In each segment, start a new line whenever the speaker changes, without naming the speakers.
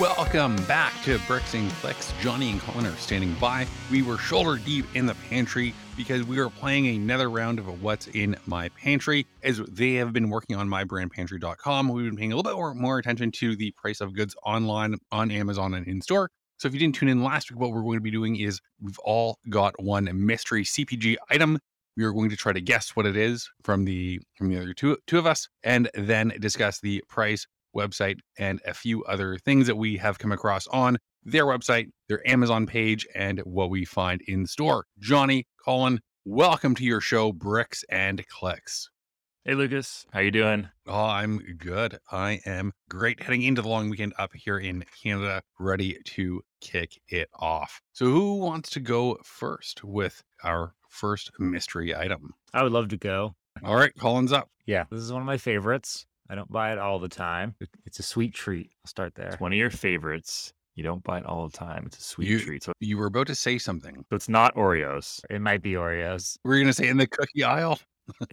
Welcome back to Bricks and Clicks. Johnny and Colin are standing by. We were shoulder deep in the pantry because we were playing another round of What's in My Pantry. As they have been working on mybrandpantry.com, we've been paying a little bit more, more attention to the price of goods online on Amazon and in store. So if you didn't tune in last week, what we're going to be doing is we've all got one mystery CPG item we are going to try to guess what it is from the from the other two two of us and then discuss the price website and a few other things that we have come across on their website their amazon page and what we find in store johnny colin welcome to your show bricks and clicks
Hey Lucas, how you doing?
Oh, I'm good. I am great. Heading into the long weekend up here in Canada, ready to kick it off. So, who wants to go first with our first mystery item?
I would love to go.
All right, Colin's up.
Yeah, this is one of my favorites. I don't buy it all the time. It- It's a sweet treat. I'll start there.
It's one of your favorites. You don't buy it all the time. It's a sweet
You-
treat. So,
You were about to say something.
so it's not Oreos.
It might be Oreos.
We're going to say in the cookie aisle.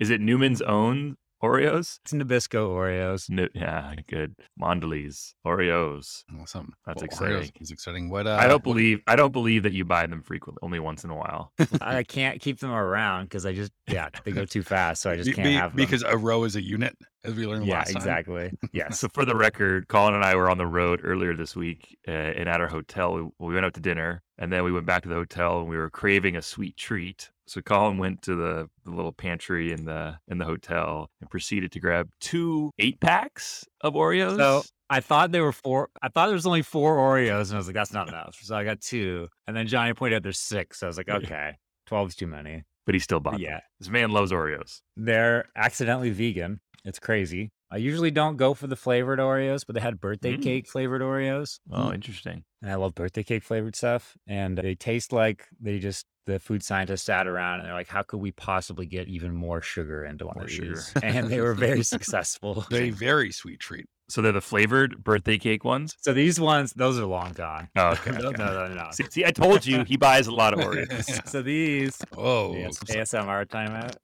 Is it Newman's own Oreos?
It's Nabisco Oreos.
No, yeah, good. Mondelez Oreos.
Awesome.
That's
Oreos
exciting.
is exciting. What? Uh,
I don't
what-
believe I don't believe that you buy them frequently. Only once in a while.
I can't keep them around because I just yeah they go too fast, so I just
be-
can't
be-
have them.
because a row is a unit, as we learned
yeah,
last time.
exactly. Yes,
so for the record, Colin and I were on the road earlier this week, uh, and at our hotel, we, we went out to dinner, and then we went back to the hotel, and we were craving a sweet treat. So Colin went to the, the little pantry in the in the hotel and proceeded to grab two eight packs of Oreos.
So I thought there were four. I thought there was only four Oreos, and I was like, that's not enough. So I got two, and then Johnny pointed out there's six. So I was like,
Yeah.
okay, twelve's too many.
but he still bought
But
them.
yeah,
This man loves Oreos.
they're accidentally vegan. It's crazy. I usually don't go for the flavored Oreos, but they had birthday
Mm.
cake flavored Oreos.
Oh, interesting.
and I love birthday cake flavored stuff. And they taste like they just the food scientists sat around and they're like, how could we possibly get even more sugar into one
More
of
sugar.
these? And they were very successful.
They very sweet treat.
So they're the flavored birthday cake ones.
so these ones, those are long gone.
Oh, okay.
No,
okay.
no, no, no.
See, see, I told you he buys a lot of Oreos.
So these
oh,
yes, ASMR timeout.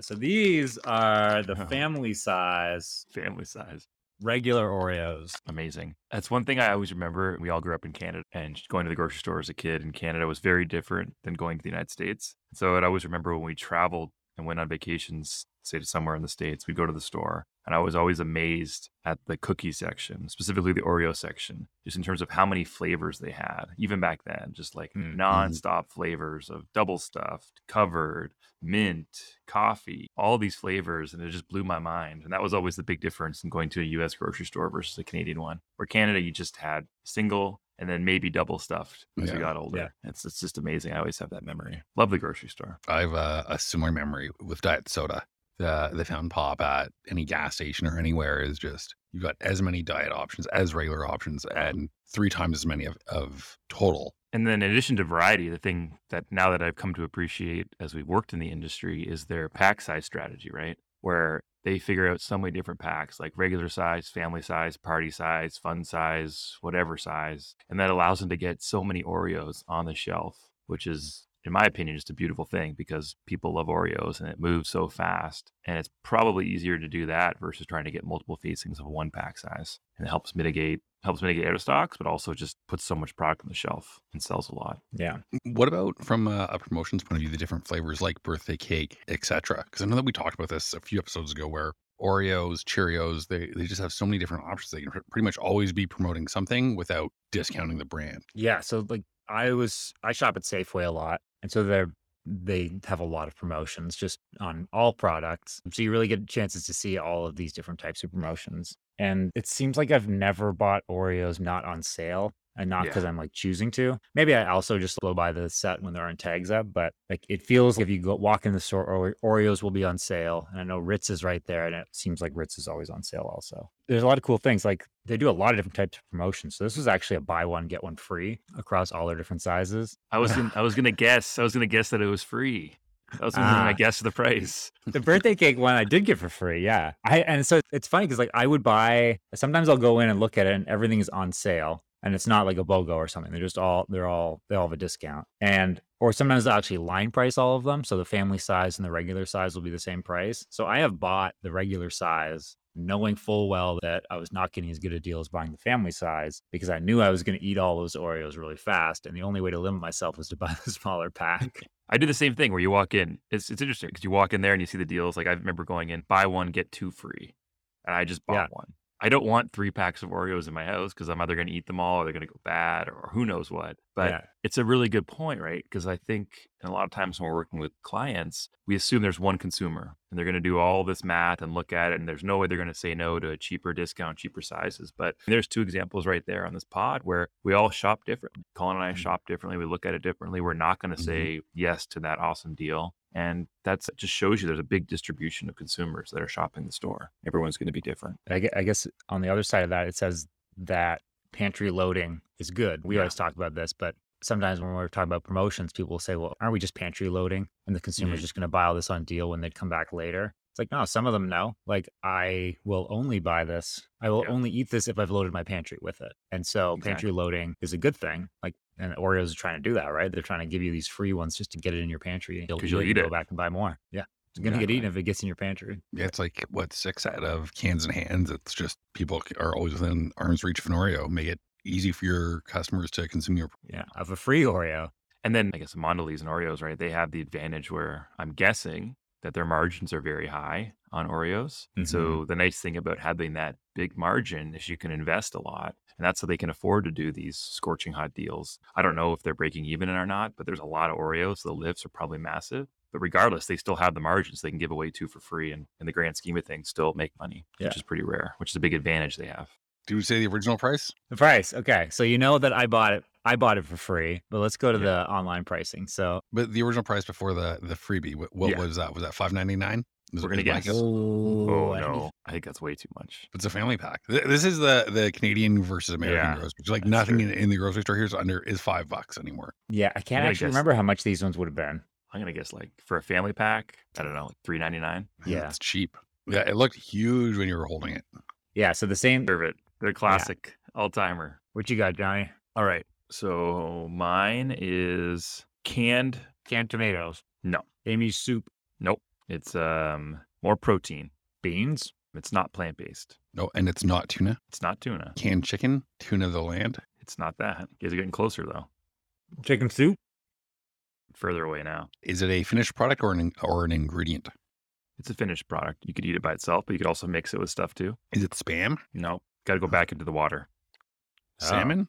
So these are the
Uh-huh.
family size
Family size.
regular Oreos.
Amazing. That's one thing I always remember. We all grew up in Canada and just going to the grocery store as a kid in Canada was very different than going to the United States. So I'd always remember when we traveled and went on vacations, say to somewhere in the States, we'd go to the store. And I was always amazed at the cookie section, specifically the Oreo section, just in terms of how many flavors they had, even back then, just like
Mm, mhm.
nonstop flavors of double stuffed, covered, mint, coffee, all these flavors. And it just blew my mind. And that was always the big difference in going to a US grocery store versus a Canadian one. Where Canada, you just had single and then maybe double stuffed as
Yeah.
you got older. It's, it's just amazing. I always have that memory. Love the grocery store.
I have a, a similar memory with diet soda. The the fountain pop at any gas station or anywhere is just you've got as many diet options as regular options and three times as many of, of total.
And then, in addition to variety, the thing that now that I've come to appreciate as we've worked in the industry is their pack size strategy, right? Where they figure out so many different packs like regular size, family size, party size, fun size, whatever size. And that allows them to get so many Oreos on the shelf, which is, in my opinion, just a beautiful thing because people love Oreos and it moves so fast. And it's probably easier to do that versus trying to get multiple facings of one pack size. And it helps mitigate helps mitigate out of stocks, but also just puts so much product on the shelf and sells a lot.
Yeah.
What about from a, a promotions point of view, the different flavors like birthday cake, etc.? Because I know that we talked about this a few episodes ago where Oreos, Cheerios, they, they just have so many different options. They can pr- pretty much always be promoting something without discounting the brand.
Yeah. So like I was I shop at Safeway a lot. And so they're they have a lot of promotions just on all products. So you really get chances to see all of these different types of promotions. And it seems like I've never bought Oreos not on sale and not
Yeah.
because I'm like choosing to. Maybe I also just blow by the set when there aren't tags up, but like it feels like if you go walk in the store, Ore- Oreos will be on sale. And I know Ritz is right there, and it seems like Ritz is always on sale also. There's a lot of cool things. Like they do a lot of different types of promotions. So this was actually a buy one, get one free across all their different sizes.
I was gonna, I was gonna guess I was gonna guess that it was free. That was gonna be my
Ah.
guess of the price.
the birthday cake one I did get for free. Yeah. I and so it's funny because like I would buy sometimes I'll go in and look at it and everything is on sale. and it's not like a BOGO or something. They're just all they're all they all have a discount, and or sometimes they'll actually line price all of them, so the family size and the regular size will be the same price. So I have bought the regular size. Knowing full well that I was not getting as good a deal as buying the family size because I knew I was going to eat all those Oreos really fast. And the only way to limit myself was to buy the smaller pack.
I do the same thing where you walk in. It's it's interesting because you walk in there and you see the deals. Like I remember going in, buy one get two free, and I just bought
Yeah.
one. I don't want three packs of Oreos in my house because I'm either going to eat them all or they're going to go bad or who knows what. But
Yeah.
it's a really good point, right? Because I think, and a lot of times when we're working with clients, we assume there's one consumer and they're going to do all this math and look at it, and there's no way they're going to say no to a cheaper discount, cheaper sizes. But there's two examples right there on this pod where we all shop differently. Colin and I
Mhm.
shop differently. We look at it differently. We're not going to
Mhm.
say yes to that awesome deal. And that's it just shows you there's a big distribution of consumers that are shopping the store. Everyone's going to be different.
I gue- I guess on the other side of that, it says that pantry loading is good. We
Yeah.
always talk about this, but sometimes when we're talking about promotions, people will say, well, aren't we just pantry loading? And the consumer's
Mhm.
just going to buy all this on deal when they come back later. It's like, no, some of them know. Like, I will only buy this. I will
Yeah.
only eat this if I've loaded my pantry with it. And so
Exactly.
pantry loading is a good thing. Like, and Oreos are trying to do that, right? They're trying to give you these free ones just to get it in your pantry. and
'Cause you'll
and
eat
Go
it.
back and buy more. Yeah. It's going to
Exactly.
get eaten if it gets in your pantry.
It's like what six out of cans and hands. It's just people are always within arm's reach of an Oreo. Make it easy for your customers to consume your.
Yeah. Of a free Oreo.
And then I guess Mondelez and Oreos, right? They have the advantage where I'm guessing that their margins are very high on Oreos.
Mm-hmm.
And So the nice thing about having that big margin is you can invest a lot. And that's how they can afford to do these scorching hot deals. I don't know if they're breaking even or not, but there's a lot of Oreos. So the lifts are probably massive. But regardless, they still have the margins they can give away two for free and in the grand scheme of things still make money,
Yeah.
which is pretty rare, which is a big advantage they have.
Do we say the original price?
The price. Okay. So you know that I bought it. I bought it for free, but let's go to the online pricing. So
But the original price before the the freebie. What, what
Yeah.
was that? Was that five ninety nine?
We're gonna guess.
It's
Oh,
I don't
no.
even-
I think that's way too much.
a family pack. Th- This is the the Canadian versus American
Yeah,
grocery. Like
that's
nothing
true.
in, in the grocery store here is under is five bucks anymore.
Yeah, I can't
gonna
actually
guess-
remember how much these ones would have been.
I'm gonna guess like for a family pack, I don't know, like three ninety nine.
Yeah.
it's cheap. Yeah, it looked huge when you were holding it.
Yeah. So the same.
Serve it. They're classic all timer.
What you got, Johnny?
All right. So mine is canned.
Canned tomatoes.
No.
Amy's soup.
Nope. It's um more protein.
Beans.
It's not plant based.
No, and it's not tuna.
It's not tuna.
Canned chicken, tuna of the land.
It's not that. You guys are getting closer though.
Chicken soup.
Further away now.
Is it a finished product or an in- or an ingredient?
It's a finished product. You could eat it by itself, but you could also mix it with stuff too.
Is it spam?
No. Gotta go back into the water.
Oh.
Salmon?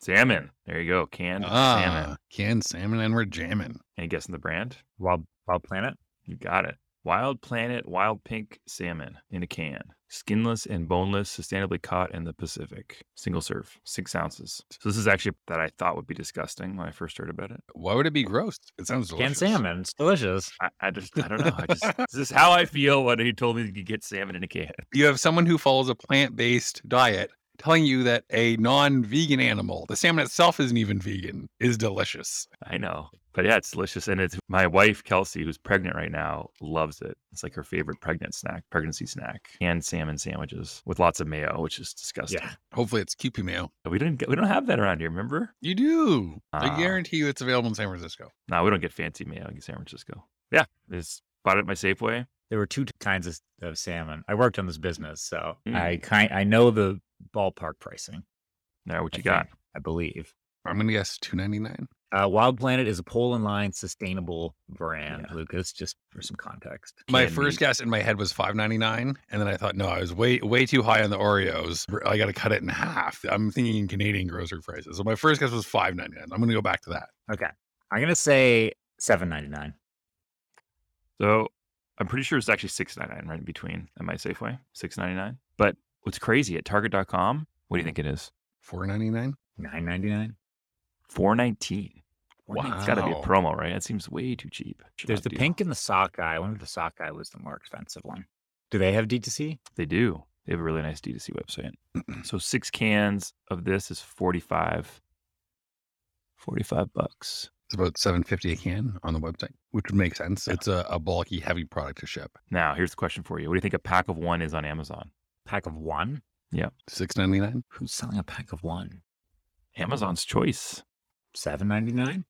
Salmon. There you go. Canned
Ah.
salmon.
Canned salmon and we're jamming.
Any guess on the brand?
Wild Wild Planet.
You got it. Wild Planet Wild Pink Salmon in a can. Skinless and boneless, sustainably caught in the Pacific. Single serve, six ounces. So, this is actually that I thought would be disgusting when I first heard about it.
Why would it be gross? It sounds delicious.
Canned salmon. It's delicious.
I, I just, I don't know. I just, this is how I feel when he told me you could get salmon in a can.
You have someone who follows a plant-based diet telling you that a non-vegan animal, the salmon itself isn't even vegan, is delicious.
I know. But yeah, it's delicious. And it's my wife, Kelsey, who's pregnant right now, loves it. It's like her favorite pregnant snack, pregnancy snack. Canned salmon sandwiches with lots of mayo, which is disgusting.
Yeah.
Hopefully it's QP mayo.
We didn't get, we don't have that around here, remember?
You do.
Ah.
I guarantee you it's available in San Francisco.
No, we don't get fancy mayo in San Francisco. Yeah, it's bought it at my Safeway.
There were two kinds of, of salmon. I worked on this business, so
Mm.
I kind I know the ballpark pricing.
Now, what
I
you got?
think, I believe.
I'm gonna guess two ninety-nine.
Uh, Wild Planet is a Poland line sustainable brand,
Yeah.
Lucas, just for some context.
My
Canned
first
meat.
guess in my head was five ninety nine, and then I thought, no, I was way way too high on the Oreos. I got to cut it in half. I'm thinking in Canadian grocery prices. So my first guess was five ninety nine. I'm going to go back to that.
Okay. I'm gonna say seven ninety nine.
So, I'm pretty sure it's actually six ninety nine right in between at my Safeway, six ninety nine. But what's crazy at Target.com? What
Hmm.
do you think it is?
Four ninety nine.
Nine ninety nine.
Four nineteen. It's got to be a
Wow.
promo, right? That seems way too cheap. Should
There's
not
the
do.
pink and the sockeye. I wonder if the sockeye was the more expensive one. Do they have D2C?
They do. They have a really nice D2C website. so six cans of this is 45, 45 bucks.
It's about seven fifty a can on the website, which would make sense. It's a, a bulky, heavy product to ship.
Now, here's the question for you. What do you think a pack of one is on Amazon?
Pack of one?
Six ninety nine.
Who's selling a pack of one?
Amazon's Choice,
Seven ninety nine.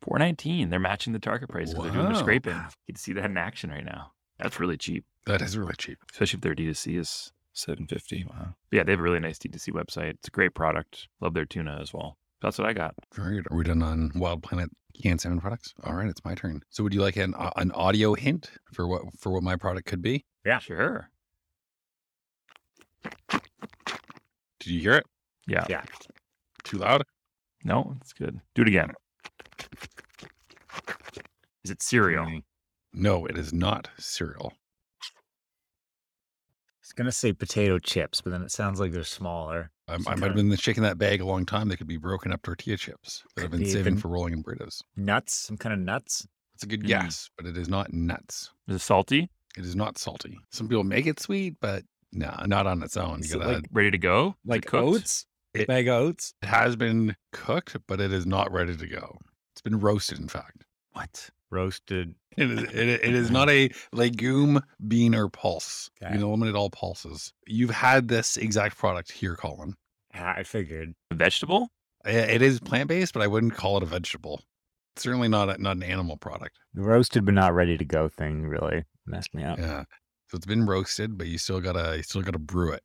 four nineteen. They're matching the target price because they're doing
Wow.
the scraping. You can see that in action right now. That's really cheap,
That is really cheap.
especially if their D2C is seven fifty. Wow. yeah, they have a really nice D2C website. It's a great product. Love their tuna as well. That's what I got.
Very good. Are we done on Wild Planet canned salmon products? All right, it's my turn. So, would you like an uh, an audio hint for what for what my product could be?
Yeah.
Sure.
Did you hear it?
Yeah.
Yeah.
Too loud?
No, it's good. Do it again. Is it cereal?
No, it is not cereal.
It's gonna say potato chips, but then it sounds like they're smaller.
I, I
Some
might have
kind
been shaking that bag a long time. They could be broken up tortilla chips that I've
Could
been
be
saving
even-
for rolling in burritos.
Nuts, some kind of nuts.
It's a good
Mm.
guess, but it is not nuts.
Is it salty?
It is not salty. Some people make it sweet, but no, not on its own.
Is
You
it
gotta-
like-
Ready to go? Is it
Like
cooked?
oats?
It-
bag of oats?
it has been cooked, but it is not ready to go. It's been roasted, in fact.
What?
Roasted.
It is, it, it is not a legume, bean, or pulse.
Okay.
You can eliminate all pulses. You've had this exact product here, Colin.
Ah, I figured.
A vegetable?
I- It is plant based, but I wouldn't call it a vegetable. It's certainly not a, not an animal product.
The roasted but not ready to go thing really messed me up.
Yeah. So it's been roasted, but you still gotta you still gotta brew it.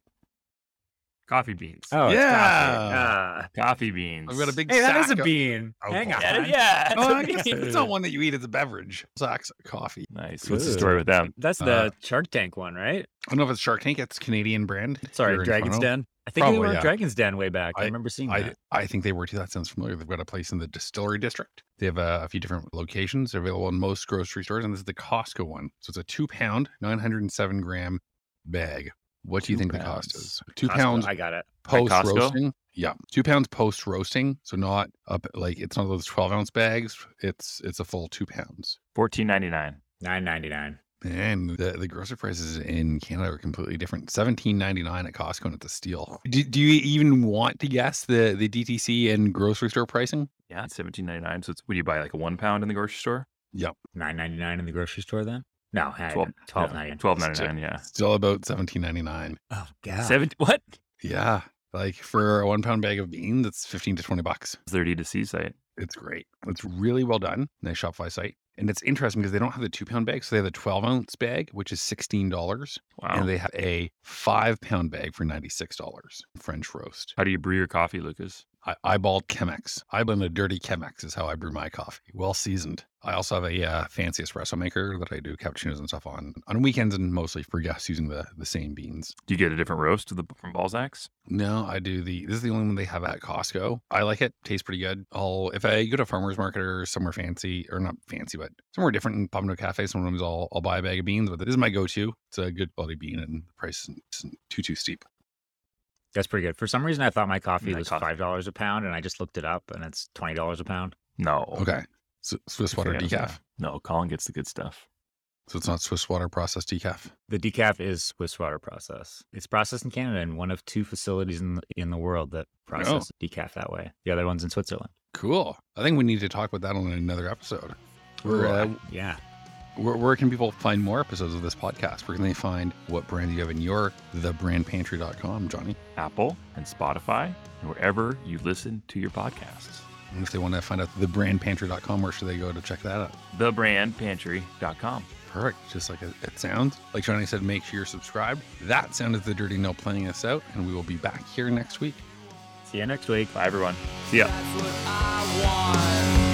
Coffee beans.
Oh it's coffee.
Yeah.
Ah.
Coffee beans.
I've got a big
Hey, that
sack
is a
of-
bean. Hang
Oh,
on.
Yeah,
yeah.
Oh, I guess it's not one that you eat. It's a beverage. Sacks of coffee.
Nice. What's
What's
the
the Good.
story
story
with them?
That's the
Uh,
Shark Tank one, right?
I don't know if it's Shark Tank. It's Canadian brand.
Sorry,
here in
Dragon's
Toronto.
Den. I think
Probably,
they were
yeah.
at Dragon's Den way back. I,
I-
remember seeing
I,
that.
I think they were too. That sounds familiar. They've got a place in the distillery district. They have uh, a few different locations. They're available in most grocery stores, and this is the Costco one. So it's a two pound, 907 gram bag. What do you
Two
think the
pounds.
cost is? Two
Costco,
pounds
I got it.
post
Costco?
roasting. Yeah, two pounds post roasting. So not up like it's not those 12 ounce bags. It's it's a full two pounds.
Fourteen ninety nine.
Nine ninety nine.
And the, the grocery prices in Canada are completely different. Seventeen ninety nine at Costco and it's a steal. Do, do you even want to guess the the DTC and grocery store pricing?
Yeah, seventeen ninety nine. So it's would you buy like a one pound in the grocery store?
Nine ninety nine in the grocery store then? No, hang
Twelve-
on. Twelve ninety.
Twelve ninety nine. Yeah.
Still about seventeen ninety nine.
Oh god.
Seven. What?
Yeah, like for a one pound bag of beans, that's fifteen to twenty bucks.
It's their D to C site.
It's great. It's really well done. Nice Shopify site, and it's interesting because they don't have the two pound bag, so they have the twelve ounce bag, which is sixteen dollars,
Wow.
and they have a five pound bag for ninety six dollars. French roast.
How do you brew your coffee, Lucas?
I eyeballed Chemex. I blend a dirty Chemex is how I brew my coffee, well seasoned. I also have a uh, fancy espresso maker that I do cappuccinos and stuff on on weekends and mostly for guests using the the same beans.
Do you get a different roast to the, from Balzac's?
No, I do the. This is the only one they have at Costco. I like it. Tastes pretty good. I'll if I go to a farmers market or somewhere fancy or not fancy, but somewhere different and pop into a cafe. Sometimes I'll I'll buy a bag of beans, but this is my go to. It's a good quality bean and the price isn't- isn't too too steep.
That's pretty good. For some reason I thought my coffee
My
was
coffee.
five dollars a pound and I just looked it up and it's twenty dollars a pound.
No.
Okay, so Swiss
Good
water
for him.
decaf.
No, Colin gets the good stuff.
So it's not Swiss water processed decaf.
The decaf is Swiss water process. It's processed in Canada and one of two facilities in the, in the world that process decaf that way. The other one's in Switzerland.
Cool. I think we need to talk about that on another episode. Where, uh,
Yeah.
where, where can people find more episodes of this podcast? Where can they find what brand you have in your thebrandpantry.com, Johnny?
Apple and Spotify and wherever you listen to your podcasts.
And if they want to find out thebrandpantry.com, where should they go to check that out?
Thebrandpantry.com.
Perfect. Just like it, it sounds. Like Johnny said, make sure you're subscribed. That sounded the Dirty No playing us out, and we will be back here next week.
See you next week.
Bye, everyone. See ya.
That's what I want.